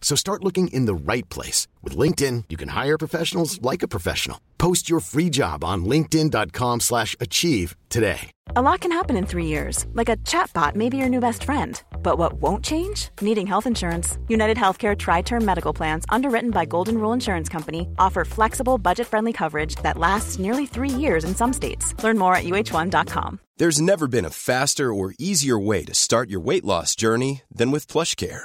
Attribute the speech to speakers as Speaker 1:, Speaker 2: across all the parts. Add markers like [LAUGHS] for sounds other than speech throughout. Speaker 1: So start looking in the right place. With LinkedIn, you can hire professionals like a professional. Post your free job on linkedin.com slash achieve today.
Speaker 2: A lot can happen in three years, like a chatbot may be your new best friend. But what won't change? Needing health insurance. United Healthcare Tri Term Medical Plans, underwritten by Golden Rule Insurance Company, offer flexible, budget friendly coverage that lasts nearly three years in some states. Learn more at uh1.com.
Speaker 3: There's never been a faster or easier way to start your weight loss journey than with PlushCare.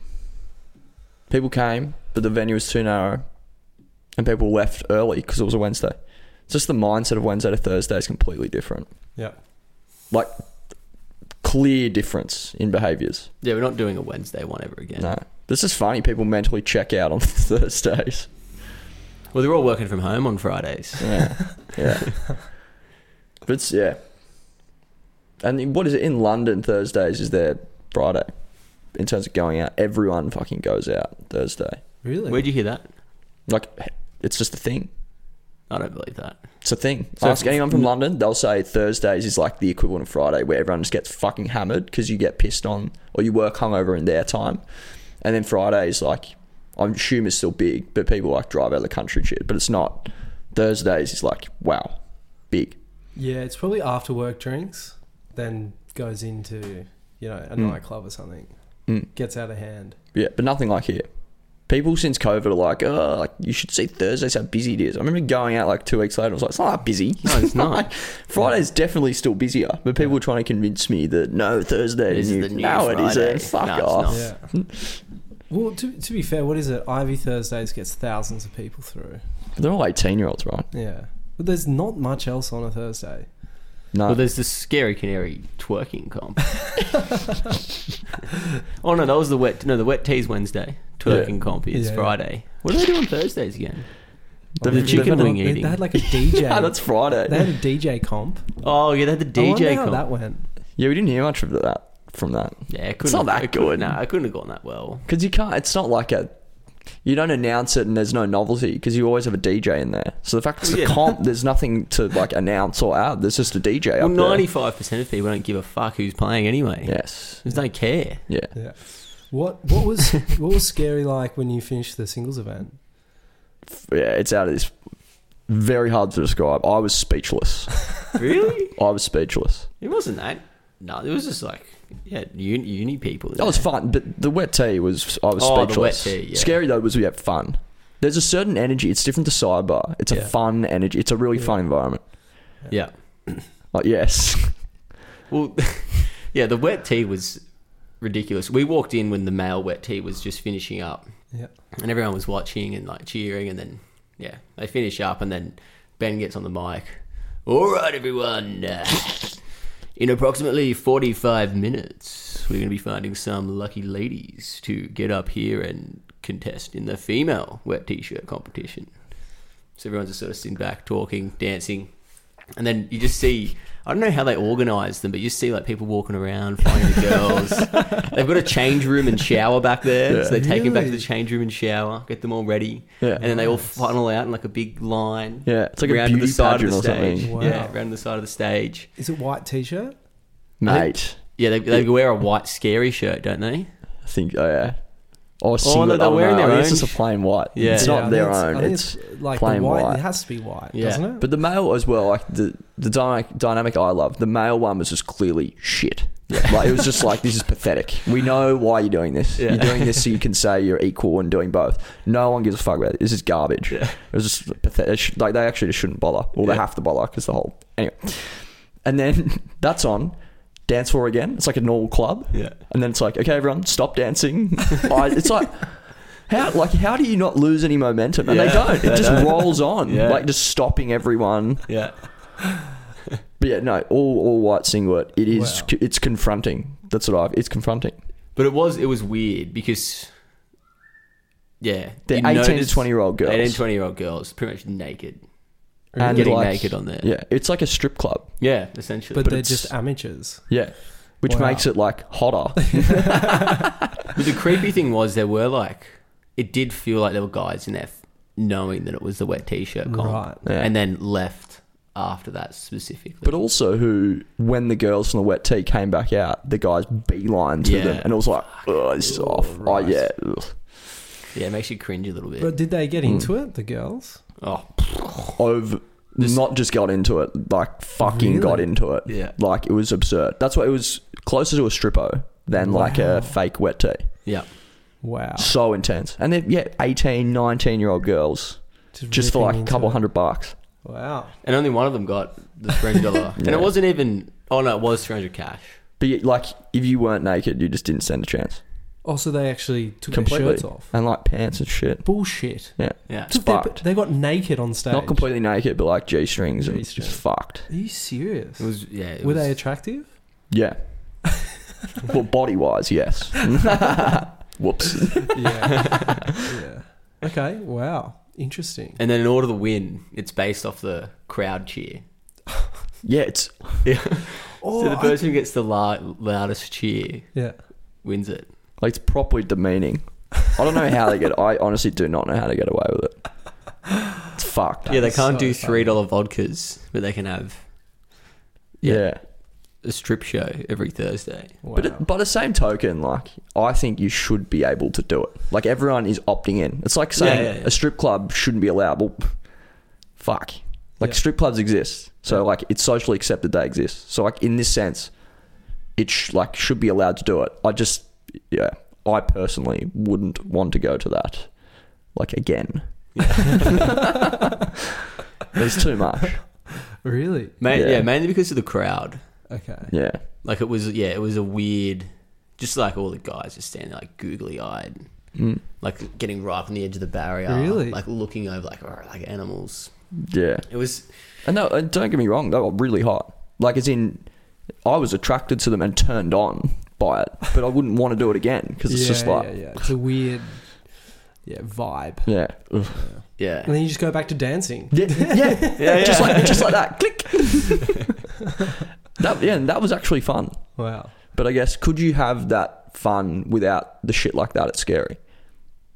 Speaker 4: People came, but the venue was too narrow. And people left early because it was a Wednesday. Just the mindset of Wednesday to Thursday is completely different.
Speaker 5: Yeah.
Speaker 4: Like, clear difference in behaviours.
Speaker 6: Yeah, we're not doing a Wednesday one ever again.
Speaker 4: No. This is funny. People mentally check out on [LAUGHS] Thursdays.
Speaker 6: Well, they're all working from home on Fridays.
Speaker 4: Yeah. Yeah. [LAUGHS] but it's, yeah. And in- what is it? In London, Thursdays is their Friday. In terms of going out, everyone fucking goes out Thursday.
Speaker 5: Really?
Speaker 6: Where'd you hear that?
Speaker 4: Like, it's just a thing.
Speaker 6: I don't believe that.
Speaker 4: It's a thing.
Speaker 5: So
Speaker 4: Ask
Speaker 5: if-
Speaker 4: anyone from London, they'll say Thursdays is like the equivalent of Friday, where everyone just gets fucking hammered because you get pissed on or you work hungover in their time, and then Fridays like I assume is still big, but people like drive out of the country and shit. But it's not. Thursdays is like wow, big.
Speaker 5: Yeah, it's probably after work drinks, then goes into, you know, a
Speaker 6: Mm.
Speaker 5: nightclub or something. Gets out of hand.
Speaker 4: Yeah, but nothing like here. People since COVID are like, oh, like you should see Thursdays how busy it is. I remember going out like two weeks later and I was like, it's not that busy. [LAUGHS]
Speaker 6: No, it's not.
Speaker 4: Like, Friday's definitely still busier, but people were trying to convince me that no, Thursday
Speaker 6: This
Speaker 4: is
Speaker 6: is
Speaker 4: new.
Speaker 6: the new
Speaker 4: no, it
Speaker 6: Friday.
Speaker 4: isn't. Fuck
Speaker 6: No, it's
Speaker 4: off.
Speaker 6: not.
Speaker 5: Yeah. [LAUGHS] well, to, to be fair, what is it? Ivy Thursdays gets thousands of people through.
Speaker 4: They're all 18 year olds, right?
Speaker 5: Yeah. But there's not much else on a Thursday.
Speaker 4: No.
Speaker 6: Well, there's this scary canary twerking
Speaker 4: [LAUGHS]
Speaker 6: comp. oh no, that was the wet. No, the wet tea's Wednesday. Twerking comp is
Speaker 5: Yeah.
Speaker 6: Friday. What do they do on Thursdays again? The,
Speaker 4: [LAUGHS]
Speaker 5: They've-
Speaker 6: chicken
Speaker 5: they've-
Speaker 6: wing
Speaker 5: they,
Speaker 6: eating.
Speaker 5: They had
Speaker 6: [LAUGHS]
Speaker 5: like a DJ.
Speaker 4: Ah, that's Friday.
Speaker 5: They had a DJ comp.
Speaker 6: oh yeah, they had the
Speaker 5: I wonder
Speaker 6: DJ
Speaker 5: how
Speaker 6: comp.
Speaker 5: that went.
Speaker 4: yeah, we didn't hear much of that from that.
Speaker 6: yeah, it couldn't
Speaker 4: It's not
Speaker 6: have-
Speaker 4: that
Speaker 6: it couldn't-
Speaker 4: good.
Speaker 6: Nah, it couldn't have gone that well.
Speaker 4: Because you can't, it's not like a, you don't announce it and there's no novelty because you always have a DJ in there. So the fact it's
Speaker 6: Yeah.
Speaker 4: a comp, there's nothing to like announce or add. There's just a DJ
Speaker 6: Well,
Speaker 4: up there.
Speaker 6: ninety-five percent of people don't give a fuck who's playing anyway.
Speaker 4: Yes.
Speaker 6: Because they care.
Speaker 4: Yeah.
Speaker 5: Yeah. [LAUGHS] What what was what was scary like when you finished the singles event?
Speaker 4: Yeah, it's out of this. Very hard to describe. I was speechless.
Speaker 6: Really?
Speaker 4: I was speechless.
Speaker 6: it wasn't that. No, it was just like yeah, uni, uni people. in
Speaker 4: That was
Speaker 6: there.
Speaker 4: fun, but the wet tea was I was
Speaker 6: Oh, the
Speaker 4: speechless.
Speaker 6: wet tea, yeah.
Speaker 4: Scary though was we had fun. There's a certain energy. It's different to sidebar. It's
Speaker 5: Yeah.
Speaker 4: a fun energy. It's a really fun environment.
Speaker 6: Yeah.
Speaker 4: Like yes,
Speaker 6: Well, [LAUGHS] yeah, the wet tea was ridiculous. We walked in when the male wet tea was just finishing up,
Speaker 5: Yeah.
Speaker 6: and everyone was watching and like cheering, and then yeah, they finish up, and then Ben gets on the mic. All right, everyone. [LAUGHS] uh, In approximately 45 minutes, we're going to be finding some lucky ladies to get up here and contest in the female wet t shirt competition. So everyone's just sort of sitting back, talking, dancing. And then you just see, I don't know how they organise them, but you see like people walking around, finding the girls.
Speaker 4: [LAUGHS]
Speaker 6: They've got a change room and shower back there. So they take them back to the
Speaker 5: Really?
Speaker 6: change room and shower, get them all ready.
Speaker 4: Yeah.
Speaker 6: And then they all funnel out in like a big line.
Speaker 4: Yeah, it's like a
Speaker 6: round to the
Speaker 4: beauty
Speaker 6: side of the
Speaker 4: pageant or something.
Speaker 6: stage.
Speaker 5: Wow.
Speaker 6: Yeah, round the side of the stage.
Speaker 5: Is it white t shirt?
Speaker 4: mate.
Speaker 6: Yeah, they, they wear a white scary shirt, don't they?
Speaker 4: I think oh yeah. Or singlet.
Speaker 6: no,
Speaker 4: I
Speaker 6: they're
Speaker 4: don't
Speaker 6: wearing
Speaker 4: know. I
Speaker 6: their
Speaker 4: think
Speaker 6: own
Speaker 4: It's just
Speaker 6: sh-
Speaker 4: a plain white.
Speaker 6: Yeah.
Speaker 4: it's
Speaker 6: Yeah,
Speaker 4: not
Speaker 5: I
Speaker 4: their
Speaker 5: think
Speaker 4: own.
Speaker 5: I think
Speaker 4: It's,
Speaker 5: like the
Speaker 4: plain
Speaker 5: white,
Speaker 4: white.
Speaker 5: It has to be white,
Speaker 6: Yeah.
Speaker 5: doesn't it?
Speaker 4: But the male as well, like the the dynamic dynamic I love. The male one was just clearly shit. like
Speaker 6: [LAUGHS]
Speaker 4: it was just like this is pathetic. We know why you're doing this.
Speaker 6: Yeah.
Speaker 4: You're doing this so you can say you're equal and doing both. No one gives a fuck about it. This is garbage. It was just pathetic. It sh- Like they actually just shouldn't bother. Well, they have to bother because the whole anyway. And then [LAUGHS] that's on. dance floor again. It's like a normal club.
Speaker 6: Yeah.
Speaker 4: And then it's like, okay, everyone, stop dancing. [LAUGHS] I, it's like, how like how do you not lose any momentum? And they
Speaker 6: Yeah,
Speaker 4: don't. It
Speaker 6: they
Speaker 4: just
Speaker 6: don't.
Speaker 4: rolls on,
Speaker 6: Yeah.
Speaker 4: like just stopping everyone.
Speaker 6: Yeah.
Speaker 4: But yeah, no, all all white singlet. It is.
Speaker 5: Wow.
Speaker 4: It's confronting. That's what I've. It's confronting.
Speaker 6: But it was it was weird because yeah,
Speaker 4: They're
Speaker 6: you
Speaker 4: 18 to
Speaker 6: notice
Speaker 4: 20-year-old girls.
Speaker 6: 18 to 20 year old girls, pretty much naked.
Speaker 4: And
Speaker 6: Getting
Speaker 4: like-
Speaker 6: naked on there.
Speaker 4: Yeah, it's like a strip club.
Speaker 6: Yeah, essentially.
Speaker 5: But,
Speaker 4: But
Speaker 5: they're
Speaker 4: it's-
Speaker 5: just amateurs.
Speaker 4: Yeah, which
Speaker 5: Wow.
Speaker 4: makes it like hotter.
Speaker 6: [LAUGHS] But the creepy thing was there were like it did feel like there were guys in there f- knowing that it was the wet t-shirt
Speaker 4: Oh.
Speaker 6: comp,
Speaker 5: Right.
Speaker 4: Yeah.
Speaker 6: and then left after that specifically.
Speaker 4: But also, who when the girls from the wet tea came back out, the guys beeline to
Speaker 6: Yeah.
Speaker 4: them, and it was like, oh, this is off. Oh yeah, ugh.
Speaker 6: yeah, it makes you cringe a little bit.
Speaker 5: But did they get
Speaker 4: Hmm.
Speaker 5: into it, the girls?
Speaker 6: oh,
Speaker 4: over. not just got into it, like fucking got
Speaker 5: Really?
Speaker 4: into it.
Speaker 6: Yeah.
Speaker 4: like it was absurd. That's why it was closer to a strippo than like a fake wet tea.
Speaker 6: yeah,
Speaker 5: Wow.
Speaker 4: So intense, and they're yeah, 18, 19 year old girls. Just for
Speaker 5: ripping
Speaker 4: like a
Speaker 5: into
Speaker 4: couple
Speaker 5: it.
Speaker 4: hundred bucks.
Speaker 5: Wow.
Speaker 6: and only one of them got the three hundred dollar, and
Speaker 4: Yeah.
Speaker 6: it wasn't even. Oh no, it was three hundred cash.
Speaker 4: But you- like, if you weren't naked, you just didn't stand a chance.
Speaker 5: Also, Oh, they actually took
Speaker 4: Completely.
Speaker 5: their shirts off.
Speaker 4: And like pants and shit.
Speaker 5: Bullshit.
Speaker 4: Yeah.
Speaker 6: Yeah,
Speaker 4: It's
Speaker 5: They,
Speaker 4: fucked.
Speaker 5: they got naked on stage.
Speaker 4: Not completely naked, but like G strings and just
Speaker 5: G-strings.
Speaker 4: fucked.
Speaker 5: Are you serious?
Speaker 6: it was. Yeah, it
Speaker 5: Were
Speaker 6: was,
Speaker 5: they
Speaker 4: [LAUGHS]
Speaker 5: attractive? [LAUGHS]
Speaker 4: Yeah. well, body wise, yes. Whoops.
Speaker 5: yeah. yeah. Okay. Wow. Interesting.
Speaker 6: And then in order to win, it's based off the crowd cheer.
Speaker 4: Yeah, it's
Speaker 5: Oh,
Speaker 6: so the
Speaker 5: I-
Speaker 6: person who gets the la- loudest cheer
Speaker 5: yeah.
Speaker 6: wins it.
Speaker 4: like it's properly demeaning. I don't know how they get. I honestly do not know how they get away with it. It's fucked.
Speaker 6: yeah, they
Speaker 5: That's
Speaker 6: can't
Speaker 5: so
Speaker 6: do
Speaker 5: funny.
Speaker 6: three dollar vodkas, but they can have
Speaker 4: Yeah.
Speaker 6: a strip show every Thursday.
Speaker 5: Wow.
Speaker 4: But it, by the same token, like I think you should be able to do it. Like everyone is opting in. It's like saying
Speaker 6: yeah, yeah.
Speaker 4: a strip club shouldn't be allowed. Well, fuck. Like
Speaker 5: Yeah.
Speaker 4: strip clubs exist, so like it's socially accepted they exist. So like in this sense, it sh- like should be allowed to do it. I just yeah, I personally wouldn't want to go to that. Like again, [LAUGHS] it's too much.
Speaker 5: really?
Speaker 6: Ma-
Speaker 4: Yeah.
Speaker 6: yeah. mainly because of the crowd.
Speaker 5: Okay.
Speaker 4: Yeah,
Speaker 6: Like it was, yeah, it was a weird, just like all the guys just standing like googly eyed, like getting right on the edge of the barrier,
Speaker 5: Mm. Really?
Speaker 6: like looking over like "Arr," like animals.
Speaker 4: yeah.
Speaker 6: It was
Speaker 4: And no, and don't get me wrong, they were really hot. Like as in, I was attracted to them and turned on by it, but I wouldn't want to do it again because it's
Speaker 5: yeah,
Speaker 4: just
Speaker 5: yeah,
Speaker 4: like,
Speaker 5: yeah. It's a weird, yeah, vibe.
Speaker 4: yeah, ugh.
Speaker 6: yeah,
Speaker 5: And then you just go back to dancing.
Speaker 4: yeah, yeah,
Speaker 5: [LAUGHS]
Speaker 4: yeah, [LAUGHS] just like just like that, click. that yeah, and that was actually fun.
Speaker 5: Wow.
Speaker 4: But I guess could you have that fun without the shit like that? It's scary.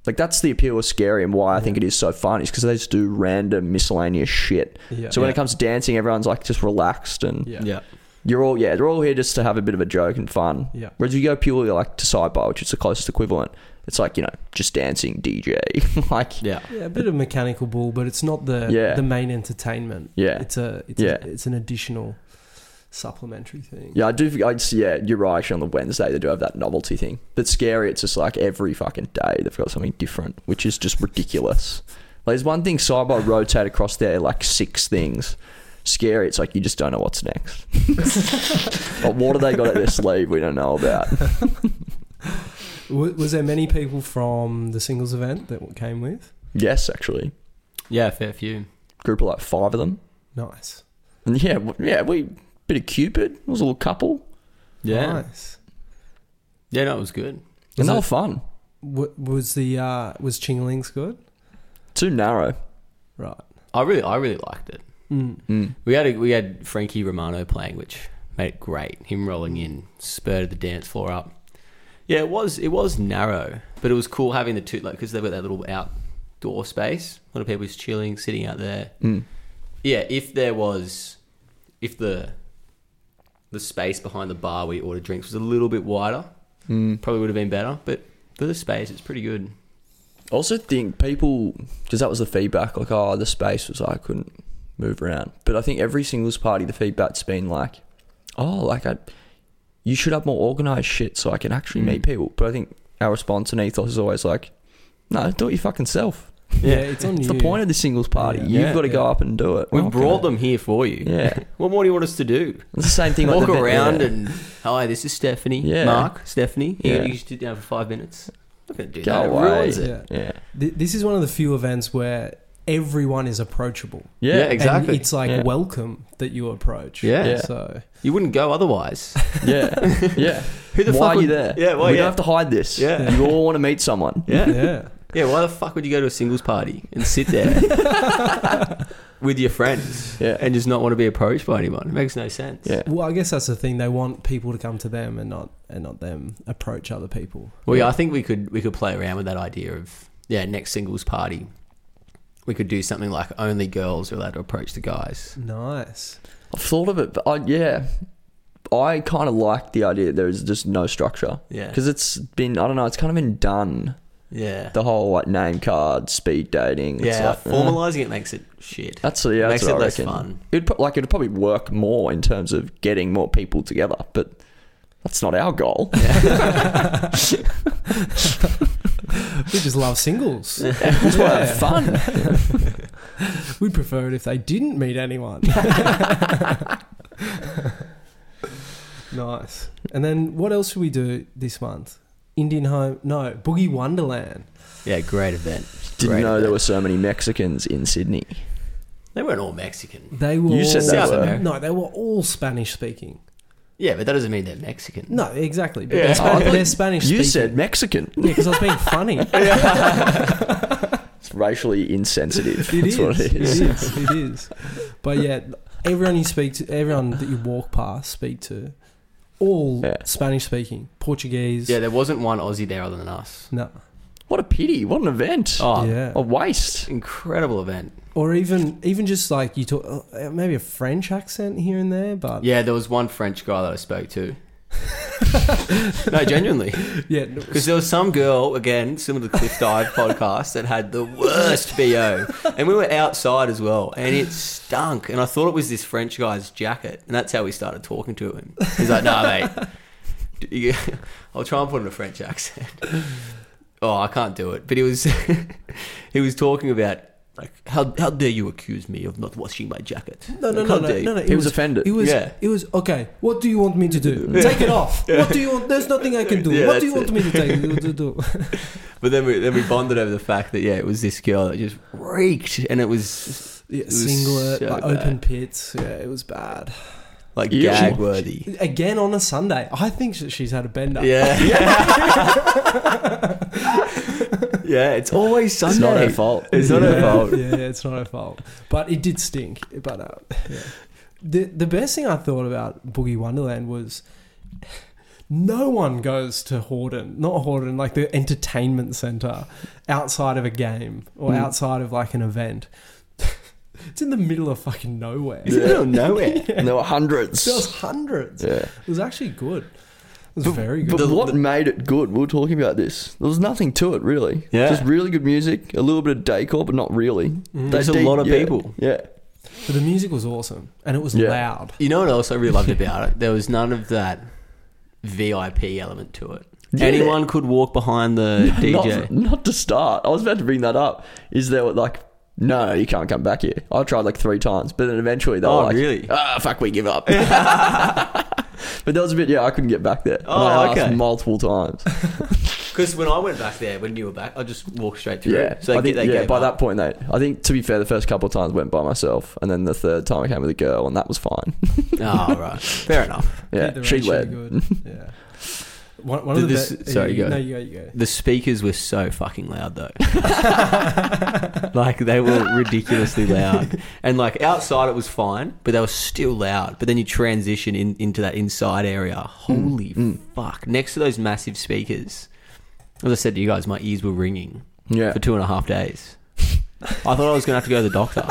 Speaker 4: Like that's the appeal of scary and why I think it is so fun is because they just do random miscellaneous shit.
Speaker 5: Yeah.
Speaker 4: So when
Speaker 5: Yeah.
Speaker 4: it comes to dancing, everyone's like just relaxed and
Speaker 5: Yeah.
Speaker 6: yeah,
Speaker 4: you're all yeah, they're all here just to have a bit of a joke and fun.
Speaker 5: Yeah.
Speaker 4: Whereas you go purely like to sidebar, which is the closest equivalent. It's like you know just dancing DJ, [LAUGHS] like
Speaker 6: yeah,
Speaker 5: Yeah, a bit of mechanical bull, but it's not the
Speaker 4: Yeah.
Speaker 5: the main entertainment.
Speaker 4: Yeah.
Speaker 5: It's a it's
Speaker 4: Yeah.
Speaker 5: a, it's an additional supplementary thing.
Speaker 4: yeah. I do. I just, yeah, you're right. Actually, on the Wednesday they do have that novelty thing. But scary, it's just like every fucking day they've got something different, which is just ridiculous. like there's one thing sidebar rotate across there like six things. Scary, it's like you just don't know what's next. [LAUGHS] Like, what do they got at their sleeve? We don't know about. [LAUGHS]
Speaker 5: W- was there many people from the singles event that came with?
Speaker 4: Yes, actually,
Speaker 6: yeah, fair few.
Speaker 4: group of like five of them.
Speaker 5: Nice.
Speaker 4: And yeah, w- yeah, we bit of Cupid. It was a little couple,
Speaker 6: Yeah,
Speaker 5: Nice.
Speaker 6: yeah, no, it was good.
Speaker 4: and
Speaker 5: Was
Speaker 4: they were
Speaker 5: it-
Speaker 4: fun.
Speaker 5: W- was the uh, was Chingling's good?
Speaker 4: Too narrow.
Speaker 5: Right.
Speaker 6: I really, I really liked it.
Speaker 5: Mm.
Speaker 6: We had a, we had Frankie Romano playing, which made it great. Him rolling in spurred the dance floor up. Yeah, it was it was narrow, but it was cool having the two like because they've got that little outdoor space. A lot of people just chilling, sitting out there. Yeah, if there was, if the the space behind the bar we ordered drinks was a little bit wider, probably would have been better. But for the space, it's pretty good.
Speaker 4: I also think people, because that was the feedback, like, oh, the space was, I couldn't move around. But I think every singles party, the feedback's been like, oh, like, I, you should have more organized shit
Speaker 5: Mm.
Speaker 4: so I can actually meet people. But I think our response and ethos is always like, no, do it your fucking self.
Speaker 5: Yeah, it's on
Speaker 4: It's
Speaker 5: you.
Speaker 4: the point of the singles party.
Speaker 5: Yeah.
Speaker 4: You've
Speaker 6: Yeah,
Speaker 4: got to go
Speaker 5: yeah.
Speaker 4: up and do it.
Speaker 6: We've
Speaker 4: Welcome.
Speaker 6: brought them here for you.
Speaker 4: Yeah.
Speaker 6: [LAUGHS] What more do you want us to do?
Speaker 4: It's the same thing. like
Speaker 6: Walk
Speaker 4: the vet-
Speaker 6: around
Speaker 4: yeah.
Speaker 6: and hi, this is Stephanie.
Speaker 4: Yeah.
Speaker 6: Mark, Stephanie. You,
Speaker 4: Yeah.
Speaker 6: you should do down for five minutes. Not gonna do
Speaker 4: Go
Speaker 6: that.
Speaker 4: away.
Speaker 6: It ruins it.
Speaker 5: Yeah.
Speaker 4: yeah,
Speaker 5: Th- This is one of the few events where everyone is approachable.
Speaker 4: yeah,
Speaker 6: Yeah, Exactly.
Speaker 5: And it's like
Speaker 4: Yeah.
Speaker 5: welcome that you approach.
Speaker 6: Yeah. Yeah.
Speaker 5: So
Speaker 6: You wouldn't
Speaker 4: [LAUGHS]
Speaker 6: go otherwise. [LAUGHS]
Speaker 4: yeah, yeah.
Speaker 6: Who the
Speaker 4: why
Speaker 6: fuck
Speaker 4: are you
Speaker 6: would-
Speaker 4: there?
Speaker 6: Yeah,
Speaker 4: we
Speaker 6: why- yeah.
Speaker 4: don't have to hide this.
Speaker 6: Yeah.
Speaker 4: you all want to meet someone.
Speaker 6: Yeah. yeah.
Speaker 5: yeah.
Speaker 6: Why the fuck would you go to a singles party and
Speaker 4: [LAUGHS]
Speaker 6: sit there with your friends
Speaker 4: Yeah.
Speaker 6: and just not want to be approached by anyone? It makes no sense.
Speaker 4: Yeah.
Speaker 5: Well, I guess that's the thing. They want people to come to them and not and not them approach other people.
Speaker 6: Well, yeah, I think we could we could play around with that idea of yeah, next singles party. We could do something like only girls are allowed to approach the guys.
Speaker 5: Nice.
Speaker 4: I've thought of it, but I, yeah, I kind of like the idea. That there is just no structure.
Speaker 6: Yeah.
Speaker 4: because it's been I don't know. It's kind of been done.
Speaker 6: Yeah.
Speaker 4: The whole like name card, speed dating. It's
Speaker 6: yeah,
Speaker 4: like, eh.
Speaker 6: formalizing it makes it shit.
Speaker 4: That's yeah,
Speaker 6: makes
Speaker 4: that's what
Speaker 6: it
Speaker 4: I
Speaker 6: less
Speaker 4: reckon.
Speaker 6: fun.
Speaker 4: It'd pro- like it'd probably work more in terms of getting more people together, but that's not our goal. [LAUGHS]
Speaker 5: We just love singles.
Speaker 4: That's why I have fun.
Speaker 5: We'd prefer it if they didn't meet anyone. nice. And then what else should we do this month? Indian Home? No, Boogie Wonderland.
Speaker 6: Yeah, great event.
Speaker 4: Didn't
Speaker 6: Great
Speaker 4: know there
Speaker 6: event.
Speaker 4: were so many Mexicans in Sydney.
Speaker 6: They weren't all Mexican.
Speaker 5: They were
Speaker 4: You said
Speaker 5: all,
Speaker 4: they
Speaker 6: South were. America.
Speaker 5: No, they were all Spanish speaking.
Speaker 6: Yeah, but that doesn't mean they're Mexican.
Speaker 5: No, exactly. But
Speaker 6: Yeah.
Speaker 5: they're, Span-
Speaker 6: Oh, I thought
Speaker 5: they're Spanish
Speaker 4: You
Speaker 5: speaking.
Speaker 4: said Mexican.
Speaker 5: Yeah, because I was being funny.
Speaker 4: It's racially
Speaker 6: [LAUGHS]
Speaker 4: insensitive.
Speaker 5: It
Speaker 4: that's
Speaker 5: is.
Speaker 4: what it is.
Speaker 5: It is. It is. But yeah, everyone you speak to, everyone that you walk past, speak to, all
Speaker 4: Yeah.
Speaker 5: Spanish speaking, Portuguese.
Speaker 6: Yeah, there wasn't one Aussie there other than us.
Speaker 5: No.
Speaker 4: What a pity. What an event.
Speaker 6: Oh,
Speaker 5: yeah.
Speaker 4: A waste.
Speaker 6: incredible event.
Speaker 5: Or even even just like you talk, uh, maybe a French accent here and there, but
Speaker 6: Yeah, there was one French guy that I spoke to. no, genuinely.
Speaker 5: yeah, no,
Speaker 6: Because there was some girl, again, similar to Cliff Dive podcast, that had the worst BO. And we were outside as well, and it stunk. And I thought it was this French guy's jacket. And that's how we started talking to him. He's like, nah, mate. [LAUGHS] d- you- [LAUGHS] I'll try and put in a French accent. Oh, I can't do it. But he was [LAUGHS] he was talking about like how how dare you accuse me of not washing my jacket?
Speaker 5: no, no,
Speaker 6: Like,
Speaker 5: no,
Speaker 6: how
Speaker 5: no,
Speaker 6: dare you?
Speaker 5: no, no. It
Speaker 4: He was offended.
Speaker 5: It was
Speaker 6: Yeah.
Speaker 5: it was okay. What do you want me to do? Take it off. What do you want? There's nothing I can do.
Speaker 6: Yeah,
Speaker 5: what do you
Speaker 6: that's
Speaker 5: want me to
Speaker 6: [LAUGHS]
Speaker 5: take? Do, do, do. [LAUGHS]
Speaker 6: But then we then we bonded over the fact that yeah, it was this girl that just reeked, and it was
Speaker 5: Yeah,
Speaker 6: was
Speaker 5: singlet,
Speaker 6: so
Speaker 5: like open pits. Yeah, it was bad.
Speaker 6: like
Speaker 4: Ew.
Speaker 6: gag worthy.
Speaker 5: Again on a Sunday. I think that she's had a bender.
Speaker 4: [LAUGHS]
Speaker 6: Yeah, yeah. It's always Sunday.
Speaker 4: It's not our fault.
Speaker 6: It's not her
Speaker 5: Yeah,
Speaker 6: [LAUGHS] fault.
Speaker 5: Yeah, it's not her fault. But it did stink. But uh, yeah. the the best thing I thought about Boogie Wonderland was no one goes to Horden, not Horden, like the entertainment center outside of a game or
Speaker 6: Hmm.
Speaker 5: outside of like an event. [LAUGHS] it's in the middle of fucking nowhere.
Speaker 6: It's a little nowhere. [LAUGHS]
Speaker 4: And there were hundreds.
Speaker 5: There was hundreds.
Speaker 4: Yeah.
Speaker 5: It was actually good. It was very good.
Speaker 4: But what made it good? We were talking about this. There was nothing to it, really.
Speaker 6: Yeah.
Speaker 4: Just really good music, a little bit of decor, but not really.
Speaker 6: There's Mm. a
Speaker 4: did-
Speaker 6: lot of
Speaker 4: yeah,
Speaker 6: people.
Speaker 4: Yeah.
Speaker 5: But the music was awesome and it was
Speaker 4: Yeah.
Speaker 5: loud.
Speaker 6: You know what else I really loved about it? There was none of that VIP element to it.
Speaker 4: Yeah.
Speaker 6: Anyone could walk behind the
Speaker 4: [LAUGHS] Not,
Speaker 6: DJ.
Speaker 4: not to start. I was about to bring that up. Is there like, no, you can't come back here. I tried like three times, but then eventually they were
Speaker 6: Oh,
Speaker 4: like,
Speaker 6: really?
Speaker 4: ah, fuck, we give
Speaker 6: [LAUGHS]
Speaker 4: up. [LAUGHS] but that was a bit, yeah, I couldn't get back there. And
Speaker 6: Oh,
Speaker 4: I asked
Speaker 6: okay.
Speaker 4: multiple
Speaker 6: [LAUGHS]
Speaker 4: times.
Speaker 6: Because when I went back there, when you were back, I just walked straight through.
Speaker 4: Yeah.
Speaker 6: So they,
Speaker 4: I think,
Speaker 6: they
Speaker 4: yeah,
Speaker 6: gave
Speaker 4: by
Speaker 6: up. [LAUGHS]
Speaker 4: that point, they, I think, to be fair, the first couple of times went by myself, and then the third time I came with a girl, and that was fine. [LAUGHS]
Speaker 6: Oh, right. Fair enough.
Speaker 4: yeah,
Speaker 5: the
Speaker 4: she
Speaker 5: ratio
Speaker 4: led.
Speaker 6: [LAUGHS]
Speaker 5: Good. Yeah. One, one
Speaker 6: Did
Speaker 5: of the
Speaker 6: this-
Speaker 5: be-
Speaker 6: sorry,
Speaker 5: you,
Speaker 6: go.
Speaker 5: No, you go. You go.
Speaker 6: The speakers were so fucking
Speaker 4: [LAUGHS]
Speaker 6: loud though. like they were ridiculously loud. And like outside it was fine, but they were still loud. But then you transition in, into that inside area. Holy
Speaker 4: Mm.
Speaker 6: fuck. Next to those massive speakers. As I said to you guys, my ears were ringing
Speaker 4: Yeah.
Speaker 6: for two and a half days. I thought I was going to have to go to the doctor.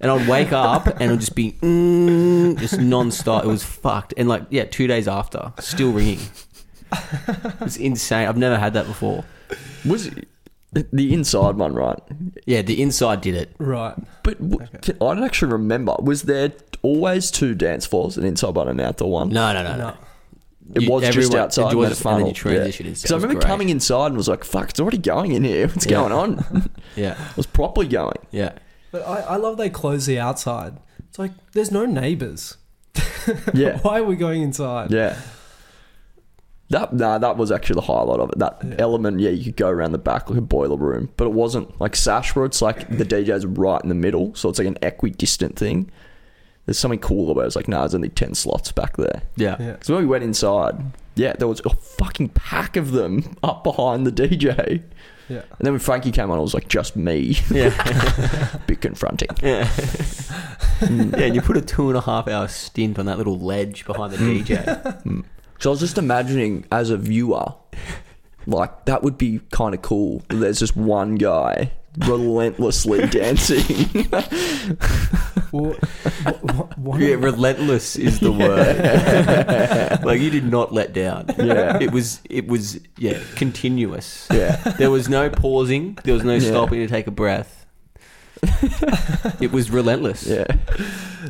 Speaker 6: And I'd wake up and it would just be mm, just non-stop. It was fucked. And like, yeah, two days after, still ringing. It's insane. I've never had that before.
Speaker 4: Was it- the inside one right?
Speaker 6: Yeah, the inside did it.
Speaker 5: [LAUGHS] Right.
Speaker 4: But w can- I don't actually remember. Was there always two dance floors, an inside one and an outdoor one?
Speaker 6: No, no, no, no.
Speaker 5: No.
Speaker 4: It
Speaker 6: You-
Speaker 4: was just
Speaker 6: everyone
Speaker 4: outside
Speaker 6: enjoys it,
Speaker 4: Meta
Speaker 6: and then
Speaker 4: Funnel.
Speaker 6: you transition inside.
Speaker 4: Because I
Speaker 6: It was
Speaker 4: remember
Speaker 6: great.
Speaker 4: coming inside and was like, "Fuck, it's already going in here. [LAUGHS] What's
Speaker 6: Yeah.
Speaker 4: going
Speaker 6: [LAUGHS]
Speaker 4: on?"
Speaker 6: Yeah,
Speaker 4: I was properly going.
Speaker 6: yeah.
Speaker 5: But I, I love they close the outside. It's like there's no neighbors. [LAUGHS]
Speaker 4: Yeah,
Speaker 5: Why are we going inside?
Speaker 4: yeah. That nah, that was actually the highlight of it. That element, yeah, you could go around the back like a boiler room, but it wasn't like sash where it's like the DJ's right in the middle, so it's like an equidistant thing. There's something cool about it. It's like, nah, there's only ten slots back there.
Speaker 6: Yeah.
Speaker 5: Yeah.
Speaker 4: Because when we went inside, yeah, there was a fucking pack of them [LAUGHS] up behind the DJ. And
Speaker 5: Yeah.
Speaker 4: then when Frankie came on, it was like just me. [LAUGHS]
Speaker 6: Yeah. [LAUGHS]
Speaker 4: Bit confronting.
Speaker 6: yeah. and you put a two and a half hour stint on that little ledge behind the [LAUGHS] DJ.
Speaker 4: So I was just imagining as a viewer, like that would be kind of cool. There's just one guy
Speaker 6: [LAUGHS]
Speaker 4: relentlessly dancing.
Speaker 5: Well, [LAUGHS] wh- wh-
Speaker 4: [LAUGHS]
Speaker 5: one
Speaker 6: yeah,
Speaker 5: of-
Speaker 6: relentless is the word. [LAUGHS] like you did not let down.
Speaker 4: Yeah.
Speaker 6: It was it was yeah, continuous.
Speaker 4: yeah.
Speaker 6: There was no pausing, there was no
Speaker 4: Yeah.
Speaker 6: stopping to take a breath. it was relentless.
Speaker 4: Yeah.
Speaker 6: [LAUGHS]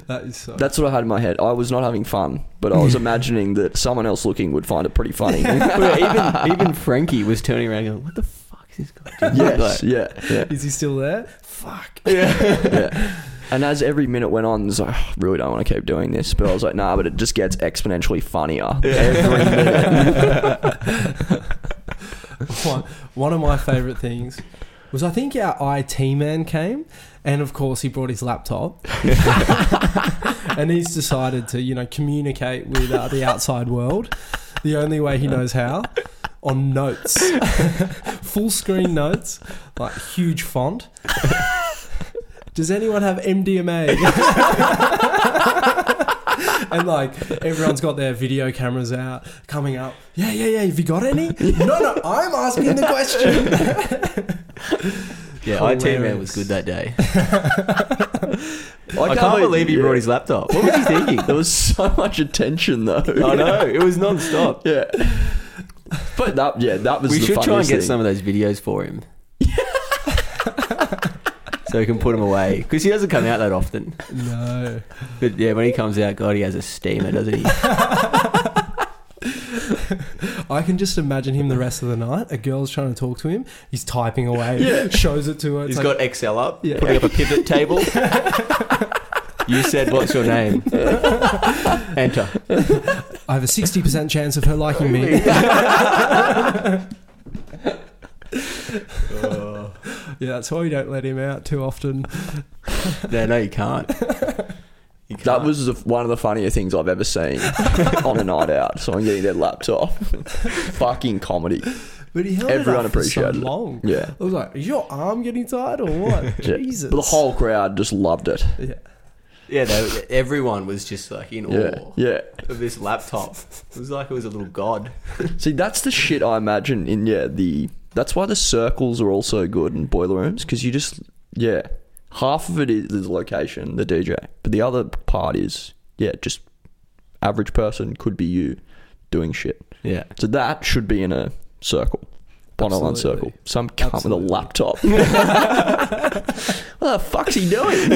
Speaker 5: that is so.
Speaker 4: That's what I had in my head. I was not having fun, but I was imagining that someone else looking would find it pretty funny.
Speaker 6: But even even Frankie was turning around going, What the fuck is this guy doing?
Speaker 4: [LAUGHS] yes.
Speaker 6: Like,
Speaker 4: Yeah. Yeah.
Speaker 5: Is he still there? Fuck.
Speaker 4: yeah. And as every minute went on, I was like, "Oh, I really don't want to keep doing this. But I was like, nah, but it just gets exponentially funnier every
Speaker 6: [LAUGHS]
Speaker 4: minute.
Speaker 5: one, one of my favorite things was I think our IT man came, and of course he brought his laptop, and he's decided to you know communicate with uh, the outside world, the only way he knows how, on notes, [LAUGHS] full screen notes, like huge font. Does anyone have MDMA? [LAUGHS] and like everyone's got their video cameras out, coming up. Yeah, yeah, yeah. Have you got any? no, no. I'm asking the question.
Speaker 6: yeah, IT man
Speaker 5: Hilarious.
Speaker 6: was good that day.
Speaker 4: I
Speaker 6: I can't, believe he brought his laptop. What was he thinking?
Speaker 4: [LAUGHS] There was so much attention, though.
Speaker 6: I know it was non-stop.
Speaker 4: Yeah. [LAUGHS] But that, yeah, that was
Speaker 6: we
Speaker 4: the
Speaker 6: should try and
Speaker 4: funniest
Speaker 6: get
Speaker 4: thing.
Speaker 6: some of those videos for him, so we can put him away because he doesn't come out that often.
Speaker 5: No.
Speaker 6: But yeah, when he comes out, God, he has a steamer,
Speaker 4: [LAUGHS]
Speaker 6: doesn't he?
Speaker 5: I can just imagine him the rest of the night. A girl's trying to talk to him. He's
Speaker 4: [LAUGHS]
Speaker 5: typing away. Shows it to her. It's
Speaker 6: He's
Speaker 5: like,
Speaker 6: got Excel up,
Speaker 5: Yeah.
Speaker 6: putting up a
Speaker 4: [LAUGHS]
Speaker 6: pivot table. you said, "What's your name?" Enter.
Speaker 5: I have a 60% chance of her liking me. Yeah, that's why we don't let him out too often.
Speaker 6: [LAUGHS] No, no, you can't. You
Speaker 4: That
Speaker 6: can't.
Speaker 4: was the, one of the funnier things I've ever seen on a night out. Someone getting their laptop. Fucking comedy.
Speaker 5: But he held
Speaker 4: Everyone
Speaker 5: it up for so
Speaker 4: appreciated it.
Speaker 5: long.
Speaker 4: Yeah.
Speaker 5: I was like, is your arm getting tired or what?
Speaker 4: [LAUGHS] Yeah.
Speaker 5: Jesus.
Speaker 4: But the whole crowd just loved it.
Speaker 5: Yeah.
Speaker 6: yeah. No, everyone was just like in
Speaker 4: Yeah.
Speaker 6: awe
Speaker 4: Yeah.
Speaker 6: of this laptop. It was like it was a
Speaker 4: [LAUGHS]
Speaker 6: little god. [LAUGHS]
Speaker 4: See, that's the shit I imagine in yeah the. That's why the circles are also good in boiler rooms because you just yeah half of it is the location, the DJ, but the other part is yeah just average person could be you doing shit.
Speaker 6: Yeah.
Speaker 4: So that should be in a circle, one on one
Speaker 5: Absolutely.
Speaker 4: circle. Some cunt
Speaker 5: Absolutely.
Speaker 4: with a laptop. what
Speaker 5: [LAUGHS]
Speaker 4: the fuck's he doing?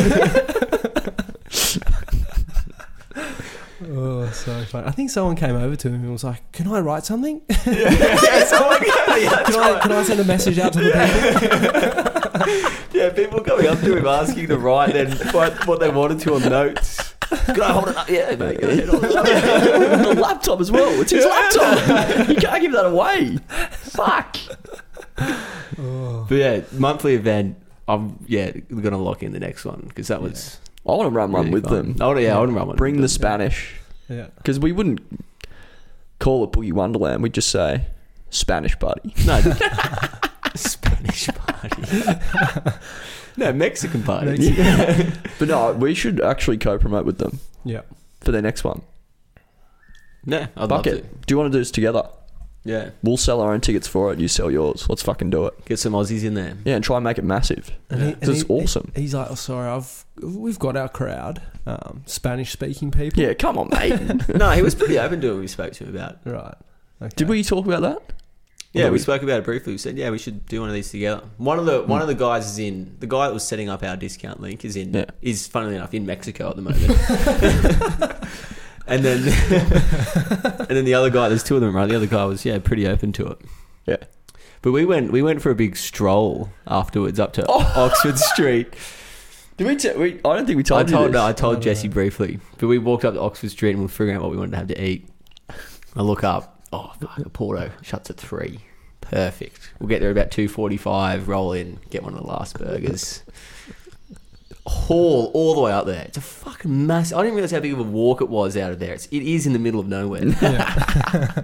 Speaker 5: Oh, so funny. I think someone came over to him and was like, can I write something?
Speaker 6: [LAUGHS] yeah, someone- yeah, that's
Speaker 5: Can I,
Speaker 6: right.
Speaker 5: can I send a message out to
Speaker 4: [LAUGHS]
Speaker 5: the people?
Speaker 6: Yeah, people coming up to him asking to write then what, what they wanted to on [LAUGHS] notes. Can I hold it up? Yeah, mate. Go ahead, hold it up.
Speaker 4: the laptop [LAUGHS] as well. It's his laptop. you can't give that away. Fuck.
Speaker 6: [LAUGHS] But yeah, monthly event. I'm yeah gonna lock in the next one because that was
Speaker 4: I want to run one
Speaker 6: really
Speaker 4: with
Speaker 6: fun.
Speaker 4: them.
Speaker 6: I wanna, yeah, I want to run one.
Speaker 4: Bring the
Speaker 6: with them.
Speaker 4: Spanish.
Speaker 5: Yeah.
Speaker 4: Because we wouldn't call it Boogie Wonderland. We'd just say Spanish
Speaker 6: [LAUGHS]
Speaker 4: party.
Speaker 6: no Spanish party. [LAUGHS] no Mexican party.
Speaker 4: [LAUGHS] But no, we should actually co-promote with them
Speaker 5: Yeah.
Speaker 4: for their next one.
Speaker 6: No, I'd love to.
Speaker 4: Bucket, do you want to do this together?
Speaker 6: Yeah,
Speaker 4: We'll sell our own tickets for it. You sell yours. Let's fucking do it.
Speaker 6: get some Aussies in there.
Speaker 4: Yeah, and try and make it massive.
Speaker 5: And
Speaker 6: Yeah.
Speaker 5: he- and
Speaker 4: So it's
Speaker 5: he-
Speaker 4: awesome.
Speaker 5: He's like, oh, sorry, I've we've got our crowd, um, Spanish speaking people.
Speaker 4: Yeah, come on, mate.
Speaker 6: No, he was pretty open to it. when We spoke to him about.
Speaker 5: [LAUGHS] Right. Okay.
Speaker 4: Did we talk about that?
Speaker 6: Yeah,
Speaker 4: Although
Speaker 6: we
Speaker 4: we-
Speaker 6: spoke about it briefly. We said, yeah, we should do one of these together. One of the one of the guys is in the guy that was setting up our discount link is in
Speaker 4: Yeah.
Speaker 6: is funnily enough in Mexico at the moment. [LAUGHS] and then and then the other guy. There's two of them, right? The other guy was yeah, pretty open to it.
Speaker 4: Yeah.
Speaker 6: But we went we went for a big stroll afterwards up to Oxford Street.
Speaker 4: [LAUGHS] Did we, t- we? I don't think we told
Speaker 6: I
Speaker 4: you
Speaker 6: told
Speaker 4: this.
Speaker 6: no, I told Jesse briefly, but we walked up to Oxford Street and we were figuring out what we wanted to have to eat. I look up. Oh, fuck, a Porto shuts at three. Perfect. We'll get there about two forty-five. Roll in, get one of the last burgers. Haul all the way up there. It's a fucking massive. I didn't realize how big of a walk it was out of there. It's, it is in the middle of nowhere.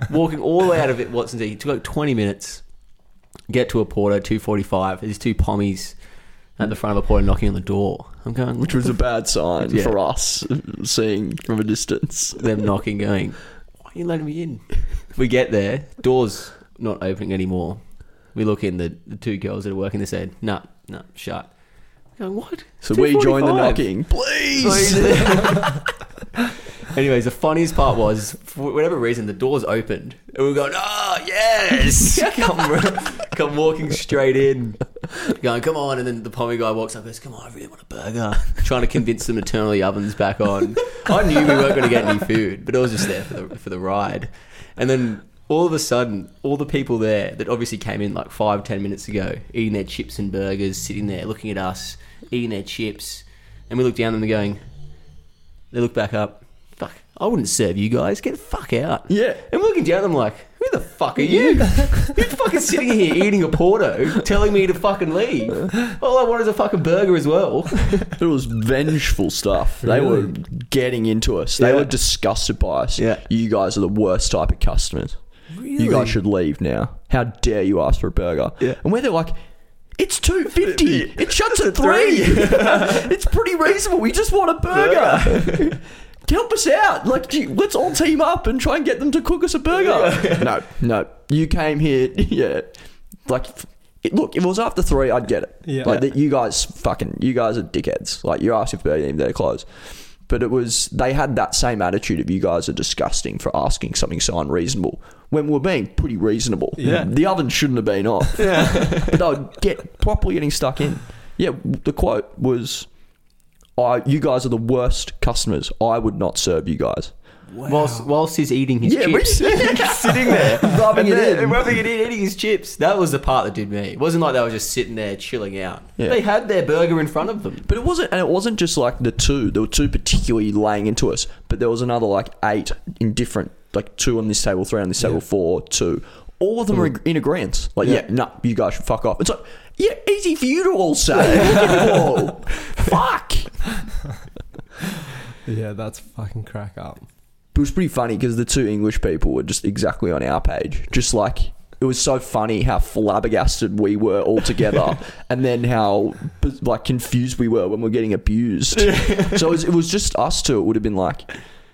Speaker 4: [LAUGHS]
Speaker 6: Walking all the way out of it, Watson's. It took like twenty minutes. Get to a Porto two forty-five. There's two pommies at the front of a Porto knocking on the door. I'm going.
Speaker 4: which was a bad sign
Speaker 6: Yeah.
Speaker 4: for us seeing from a distance.
Speaker 6: them knocking, going, "Why are you letting me in?" We get there, doors not opening anymore. We look in. The, the two girls that are working, they said, "Nah, nah, shut." I'm going, what?
Speaker 4: So we joined the
Speaker 6: 2:45.
Speaker 4: knocking. Please.
Speaker 6: [LAUGHS] Anyways, the funniest part was, for whatever reason, the doors opened and we were going, "Oh yes!" come, come walking straight in, going, "Come on!" And then the pommy guy walks up, and goes, "Come on, I really want a burger." Trying to convince them to turn all the ovens back on. I knew we weren't going to get any food, but I was just there for the for the ride. And then all of a sudden, all the people there that obviously came in like five, ten minutes ago, eating their chips and burgers, sitting there looking at us, eating their chips, and we look down at them and going. They look back up. Fuck, I wouldn't serve you guys. Get the fuck out.
Speaker 4: Yeah.
Speaker 6: And looking down, I'm like, who the fuck are you? [LAUGHS] You're fucking sitting here eating a Porto, telling me to fucking leave. All I want is a fucking burger as well.
Speaker 4: It was vengeful stuff. They were getting into us. They
Speaker 6: Yeah.
Speaker 4: were disgusted by us.
Speaker 6: Yeah.
Speaker 4: You guys are the worst type of customers. You guys should leave now. How dare you ask for a burger?
Speaker 6: Yeah.
Speaker 4: And where they're like, it's two fifty. It shuts at three. [LAUGHS] it's pretty reasonable. We just want a burger. Help us out. Like, gee, let's all team up and try and get them to cook us a burger. [LAUGHS] No, no. You came here. [LAUGHS] Yeah. Like, it, look, if it was after three, I'd get it.
Speaker 5: Yeah.
Speaker 4: Like, that you guys fucking, you guys are dickheads. Like, you're asking for even their clothes. But it was, they had that same attitude of you guys are disgusting for asking something so unreasonable when we're being pretty reasonable.
Speaker 5: Yeah.
Speaker 4: The oven shouldn't have been off. Yeah. but they were get, properly getting stuck in. Yeah, the quote was, I, you guys are the worst customers. I would not serve you guys.
Speaker 6: Whilst, whilst he's eating his
Speaker 4: Yeah, we're
Speaker 6: chips. sitting there.
Speaker 4: Rubbing
Speaker 6: and
Speaker 4: it
Speaker 6: then-
Speaker 4: in.
Speaker 6: [LAUGHS] Rubbing it in, eating his chips. That was the part that did me. It wasn't like they were just sitting there chilling out.
Speaker 4: Yeah.
Speaker 6: They had their burger in front of them.
Speaker 4: But it wasn't, and it wasn't just like the two. There were two particularly laying into us, but there was another like eight in different, like two on this table, three on this table, four, two. All of them are in agreement. Like, yeah, no, you guys should fuck off. It's like, yeah, easy for you to all say. Look at you all. Fuck.
Speaker 5: Yeah, that's fucking crack up.
Speaker 4: It was pretty funny because the two English people were just exactly on our page. Just like it was so funny how flabbergasted we were all together, and then how like confused we were when we were getting abused. so it was, it was just us two. It would have been like,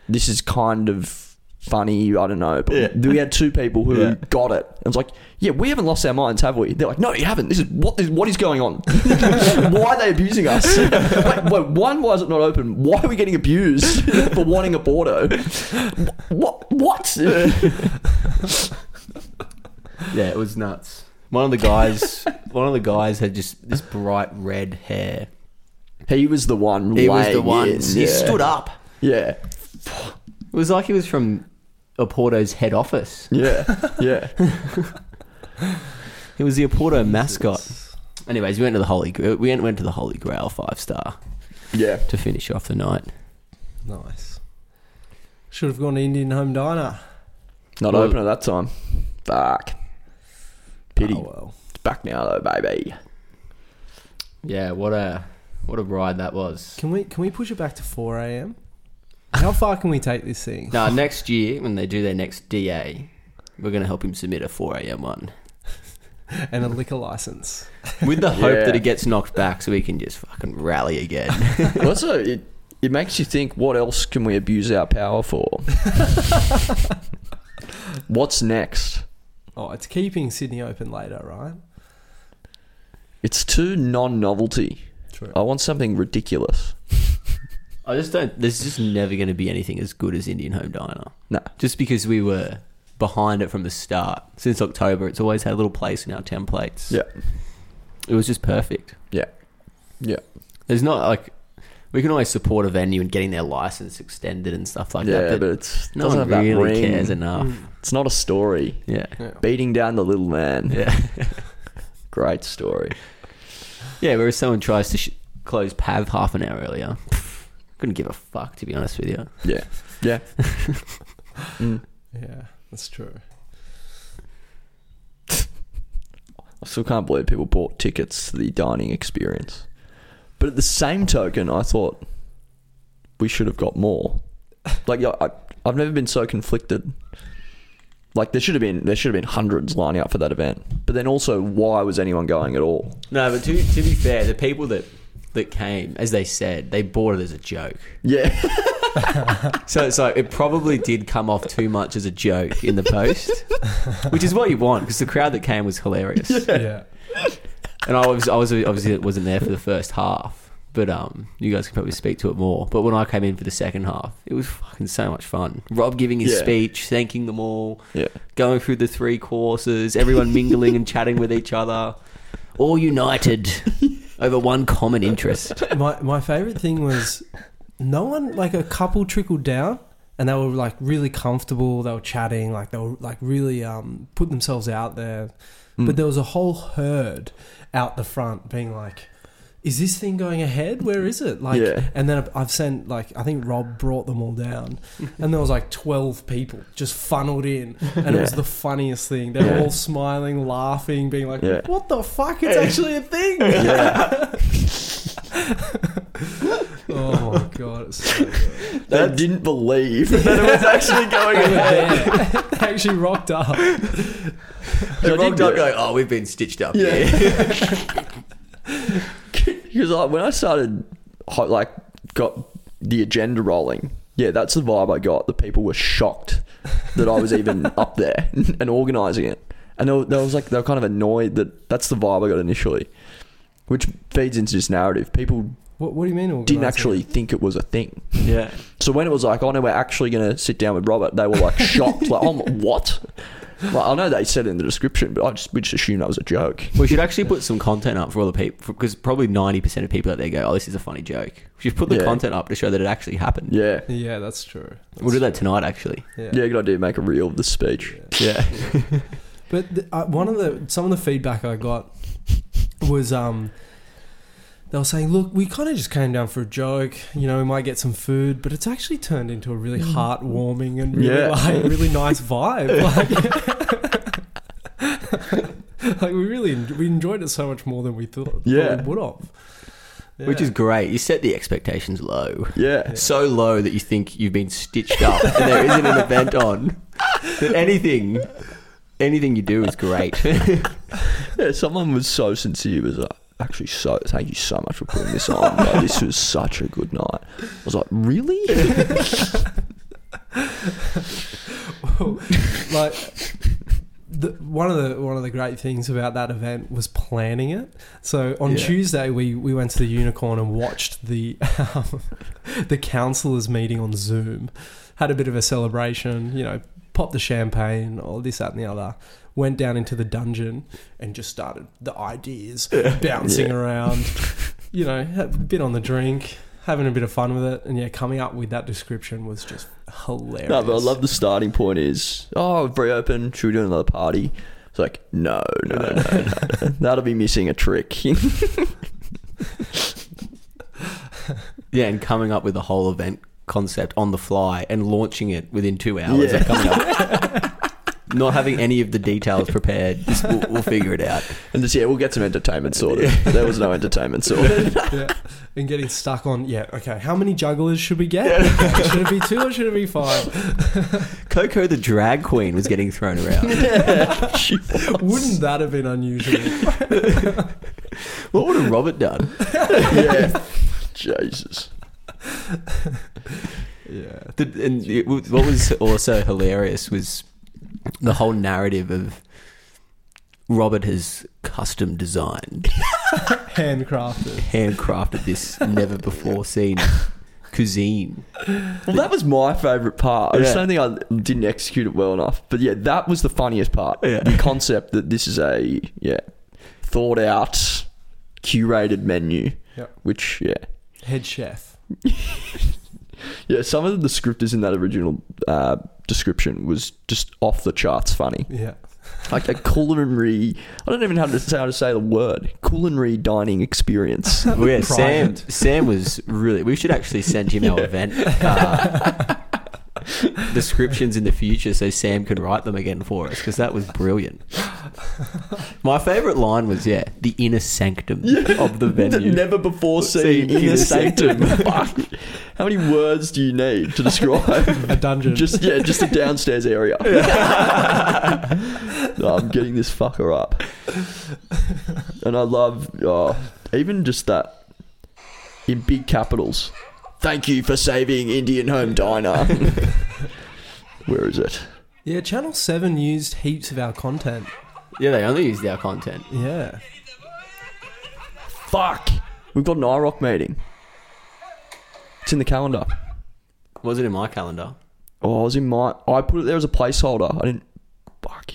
Speaker 4: this is kind of funny. I don't know, but we had two people who got it. And it's like, yeah, we haven't lost our minds, have we? They're like, no, you haven't. This is what is what is going on. [LAUGHS] why are they abusing us? wait, wait, one, why is it not open? Why are we getting abused [LAUGHS] for wanting a Bordeaux? Wh- What? What?
Speaker 6: Yeah, it was nuts. One of the guys, [LAUGHS] one of the guys had just this bright red hair.
Speaker 4: [LAUGHS] he was the one.
Speaker 6: He was the
Speaker 4: laying
Speaker 6: one.
Speaker 4: in,
Speaker 6: He
Speaker 4: yeah.
Speaker 6: stood up.
Speaker 4: Yeah,
Speaker 6: It was like he was from Oporto's head office.
Speaker 4: yeah, yeah.
Speaker 6: [LAUGHS] He was the Oporto mascot. Anyways, we went to the Holy Grail. We went, went to the Holy Grail five star
Speaker 4: Yeah.
Speaker 6: to finish off the night.
Speaker 5: Nice. Should have gone to Indian Home Diner.
Speaker 4: Not
Speaker 6: Well-
Speaker 4: open at that time. Fuck. Pity.
Speaker 5: Oh, well.
Speaker 4: It's back now though, baby. [LAUGHS]
Speaker 6: Yeah, what a what a ride that was.
Speaker 5: Can we can we push it back to four a.m.? How far can we take this thing?
Speaker 6: Now next year when they do their next DA, we're gonna help him submit a four AM one
Speaker 5: And a liquor license.
Speaker 6: with the hope
Speaker 4: Yeah.
Speaker 6: that it gets knocked back so we can just fucking rally again. [LAUGHS]
Speaker 4: Well, also, it it makes you think. What else can we abuse our power
Speaker 6: [LAUGHS]
Speaker 4: for? What's next?
Speaker 5: Oh, it's keeping Sydney open later, right?
Speaker 4: It's too non-novelty.
Speaker 5: True.
Speaker 4: I want something ridiculous.
Speaker 6: I just don't. There's just never going to be anything as good as Indian Home Diner.
Speaker 4: No.
Speaker 6: Just because we were behind it from the start. Since October, it's always had a little place in our templates.
Speaker 4: Yeah.
Speaker 6: It was just perfect.
Speaker 4: Yeah. Yeah.
Speaker 6: There's not like we can always support a venue and getting their license extended and stuff like
Speaker 4: yeah,
Speaker 6: that.
Speaker 4: but, it's
Speaker 6: no
Speaker 4: doesn't
Speaker 6: one
Speaker 4: have that
Speaker 6: really
Speaker 4: ring. Mm.
Speaker 6: cares enough.
Speaker 4: It's not a story. [LAUGHS]
Speaker 6: Yeah.
Speaker 4: Beating down the little man.
Speaker 6: Yeah.
Speaker 4: Great story.
Speaker 6: Yeah, whereas someone tries to sh- close Pav half an hour earlier. Couldn't give a fuck, to be honest with you.
Speaker 4: Yeah. Yeah. Mm.
Speaker 5: Yeah, that's true.
Speaker 4: I still can't believe people bought tickets to the dining experience. But at the same token, I thought we should have got more. Like yeah, I, I've never been so conflicted. Like there should have been there should have been hundreds lining up for that event. But then also, why was anyone going at all?
Speaker 6: No, but to, to be fair, the people that, that came, as they said, they bought it as a joke.
Speaker 4: Yeah,
Speaker 6: So it's like, it probably did come off too much as a joke in the post, which is what you want, because the crowd that came was hilarious.
Speaker 5: Yeah.
Speaker 6: And I was, I was obviously wasn't there for the first half, but um, you guys can probably speak to it more. But when I came in for the second half, it was fucking so much fun. Rob giving his
Speaker 4: Yeah.
Speaker 6: speech, thanking them all,
Speaker 4: yeah,
Speaker 6: going through the three courses, everyone mingling and chatting with each other, all united over one common interest.
Speaker 5: my my favorite thing was no one like a couple trickled down and they were like really comfortable they were chatting like they were like really um put themselves out there
Speaker 4: Hmm.
Speaker 5: but there was a whole herd out the front being like is this thing going ahead where is it like
Speaker 4: Yeah.
Speaker 5: and then i've sent like i think rob brought them
Speaker 4: [LAUGHS]
Speaker 5: all down and there was like 12 people just funneled in and it was
Speaker 4: Yeah.
Speaker 5: the funniest thing they were
Speaker 4: Yeah.
Speaker 5: all smiling laughing being like
Speaker 4: Yeah.
Speaker 5: what the fuck it's actually a thing
Speaker 4: [LAUGHS] yeah.
Speaker 5: oh my god it's so good
Speaker 4: they didn't believe [LAUGHS] that it was actually [LAUGHS] going ahead.
Speaker 5: they actually rocked up.
Speaker 4: They rocked up going,
Speaker 6: oh, we've been stitched up.
Speaker 4: Because like, when I started, ho- like, got the agenda rolling. Yeah, that's the vibe I got. The people were shocked that I was [LAUGHS] even up there and organising it, and they were, they was like they were kind of annoyed that that's the vibe I got initially, which feeds into this narrative. People
Speaker 5: What, what do you mean? organising?
Speaker 4: didn't actually think it was a thing.
Speaker 6: yeah.
Speaker 4: So when it was like, oh no, we're actually going to sit down with Robert, they were like shocked, like, oh what? Like, I know they said it in the description, but I just we just assumed that was a joke.
Speaker 6: We should actually put some content up for all the people because probably ninety percent of people out there go, "Oh, this is a funny joke." We should put the
Speaker 4: Yeah.
Speaker 6: content up to show that it actually happened.
Speaker 4: Yeah,
Speaker 5: Yeah, that's true.
Speaker 6: We'll do that tonight, actually.
Speaker 5: Yeah.
Speaker 4: yeah, good idea. Make a reel of the speech.
Speaker 6: Yeah,
Speaker 5: But the, uh, one of the some of the feedback I got was um, they were saying, "Look, we kind of just came down for a joke. You know, we might get some food, but it's actually turned into a really heartwarming and really,
Speaker 4: Mm. Yeah. [LAUGHS]
Speaker 5: like really nice vibe. Like, like [LAUGHS] we really en- we enjoyed it so much more than we thought. thought we
Speaker 4: Yeah.
Speaker 5: would have.
Speaker 6: [LAUGHS] which is great. You set the expectations low,
Speaker 4: Yeah.
Speaker 6: so low that you think you've been stitched up, and there isn't an event on. That anything, anything you do is great. [LAUGHS]
Speaker 4: Yeah, someone was so sincere. Was like, actually so. Thank you so much for putting this on. Like, this was such a good night. I was like,
Speaker 6: [LAUGHS]
Speaker 4: really?
Speaker 5: [LAUGHS] like the, one of the one of the great things about that event was planning it. So on
Speaker 6: Yeah.
Speaker 5: Tuesday we, we went to the Unicorn and watched the um, [LAUGHS] the councillors meeting on Zoom. Had a bit of a celebration, you know, popped the champagne, all this that and the other. Went down into the dungeon and just started the
Speaker 4: [LAUGHS]
Speaker 5: ideas bouncing around. You know, a bit on the drink, having a bit of fun with it, and yeah, coming up with that description was just hilarious.
Speaker 4: no, but I love the starting point. Is oh, very open. Should we do another party? It's like no, no, no, no.
Speaker 6: [LAUGHS]
Speaker 4: no. That'll be missing a trick. [LAUGHS]
Speaker 6: yeah, and coming up with the whole event concept on the fly and launching it within two hours
Speaker 4: Yeah.
Speaker 6: of coming up. Not having any of the details prepared, just we'll, we'll figure it out.
Speaker 4: and this, yeah, we'll get some entertainment
Speaker 6: [LAUGHS]
Speaker 4: sorted. There was no entertainment sorted. [LAUGHS]
Speaker 5: yeah. [LAUGHS] And getting stuck on, yeah, okay, how many jugglers should we get? Okay, [LAUGHS] should it be two or should it be five?
Speaker 6: Coco the drag queen was getting thrown around.
Speaker 5: Wouldn't that have been unusual?
Speaker 6: What would have Robert done?
Speaker 4: yeah, Jesus.
Speaker 5: Yeah.
Speaker 6: The, and it, was- what was also hilarious was the whole narrative of Robert has custom designed,
Speaker 5: Handcrafted.
Speaker 6: handcrafted this never before seen cuisine.
Speaker 4: Well, that was my favourite part. I just
Speaker 6: Yeah.
Speaker 4: don't think I didn't execute it well enough. But yeah, that was the funniest part.
Speaker 6: Yeah.
Speaker 4: The concept that this is a yeah thought out, curated menu.
Speaker 5: Yep.
Speaker 4: Which yeah,
Speaker 5: Head chef.
Speaker 4: Yeah, some of the descriptors in that original uh, description was just off the charts funny.
Speaker 5: Yeah.
Speaker 4: Like a culinary, I don't even know how to say, how to say the word, culinary dining
Speaker 6: [LAUGHS]
Speaker 4: experience. [LAUGHS]
Speaker 6: Well, yeah, Sam.
Speaker 5: Private.
Speaker 6: Sam was really. We should actually send him our event uh, descriptions in the future so Sam can write them again for us because that was brilliant. My favorite line was yeah, the inner sanctum of the venue.
Speaker 4: Never before seen in a sanctum. Fuck. How many words do you need to describe?
Speaker 5: A dungeon.
Speaker 4: Just yeah, just a downstairs area. No, [LAUGHS] I'm getting this fucker up, and I love oh, even just that in big capitals. Thank you for saving Indian Home
Speaker 5: [LAUGHS]
Speaker 4: Diner. Where is it?
Speaker 5: yeah, Channel 7 used heaps of our content.
Speaker 6: Yeah, they only used our content.
Speaker 5: Yeah.
Speaker 4: Fuck. We've got an IROC meeting. It's in the calendar.
Speaker 6: Was it in my calendar?
Speaker 4: Oh, I was in my. I put it there as a placeholder. I didn't. Fuck.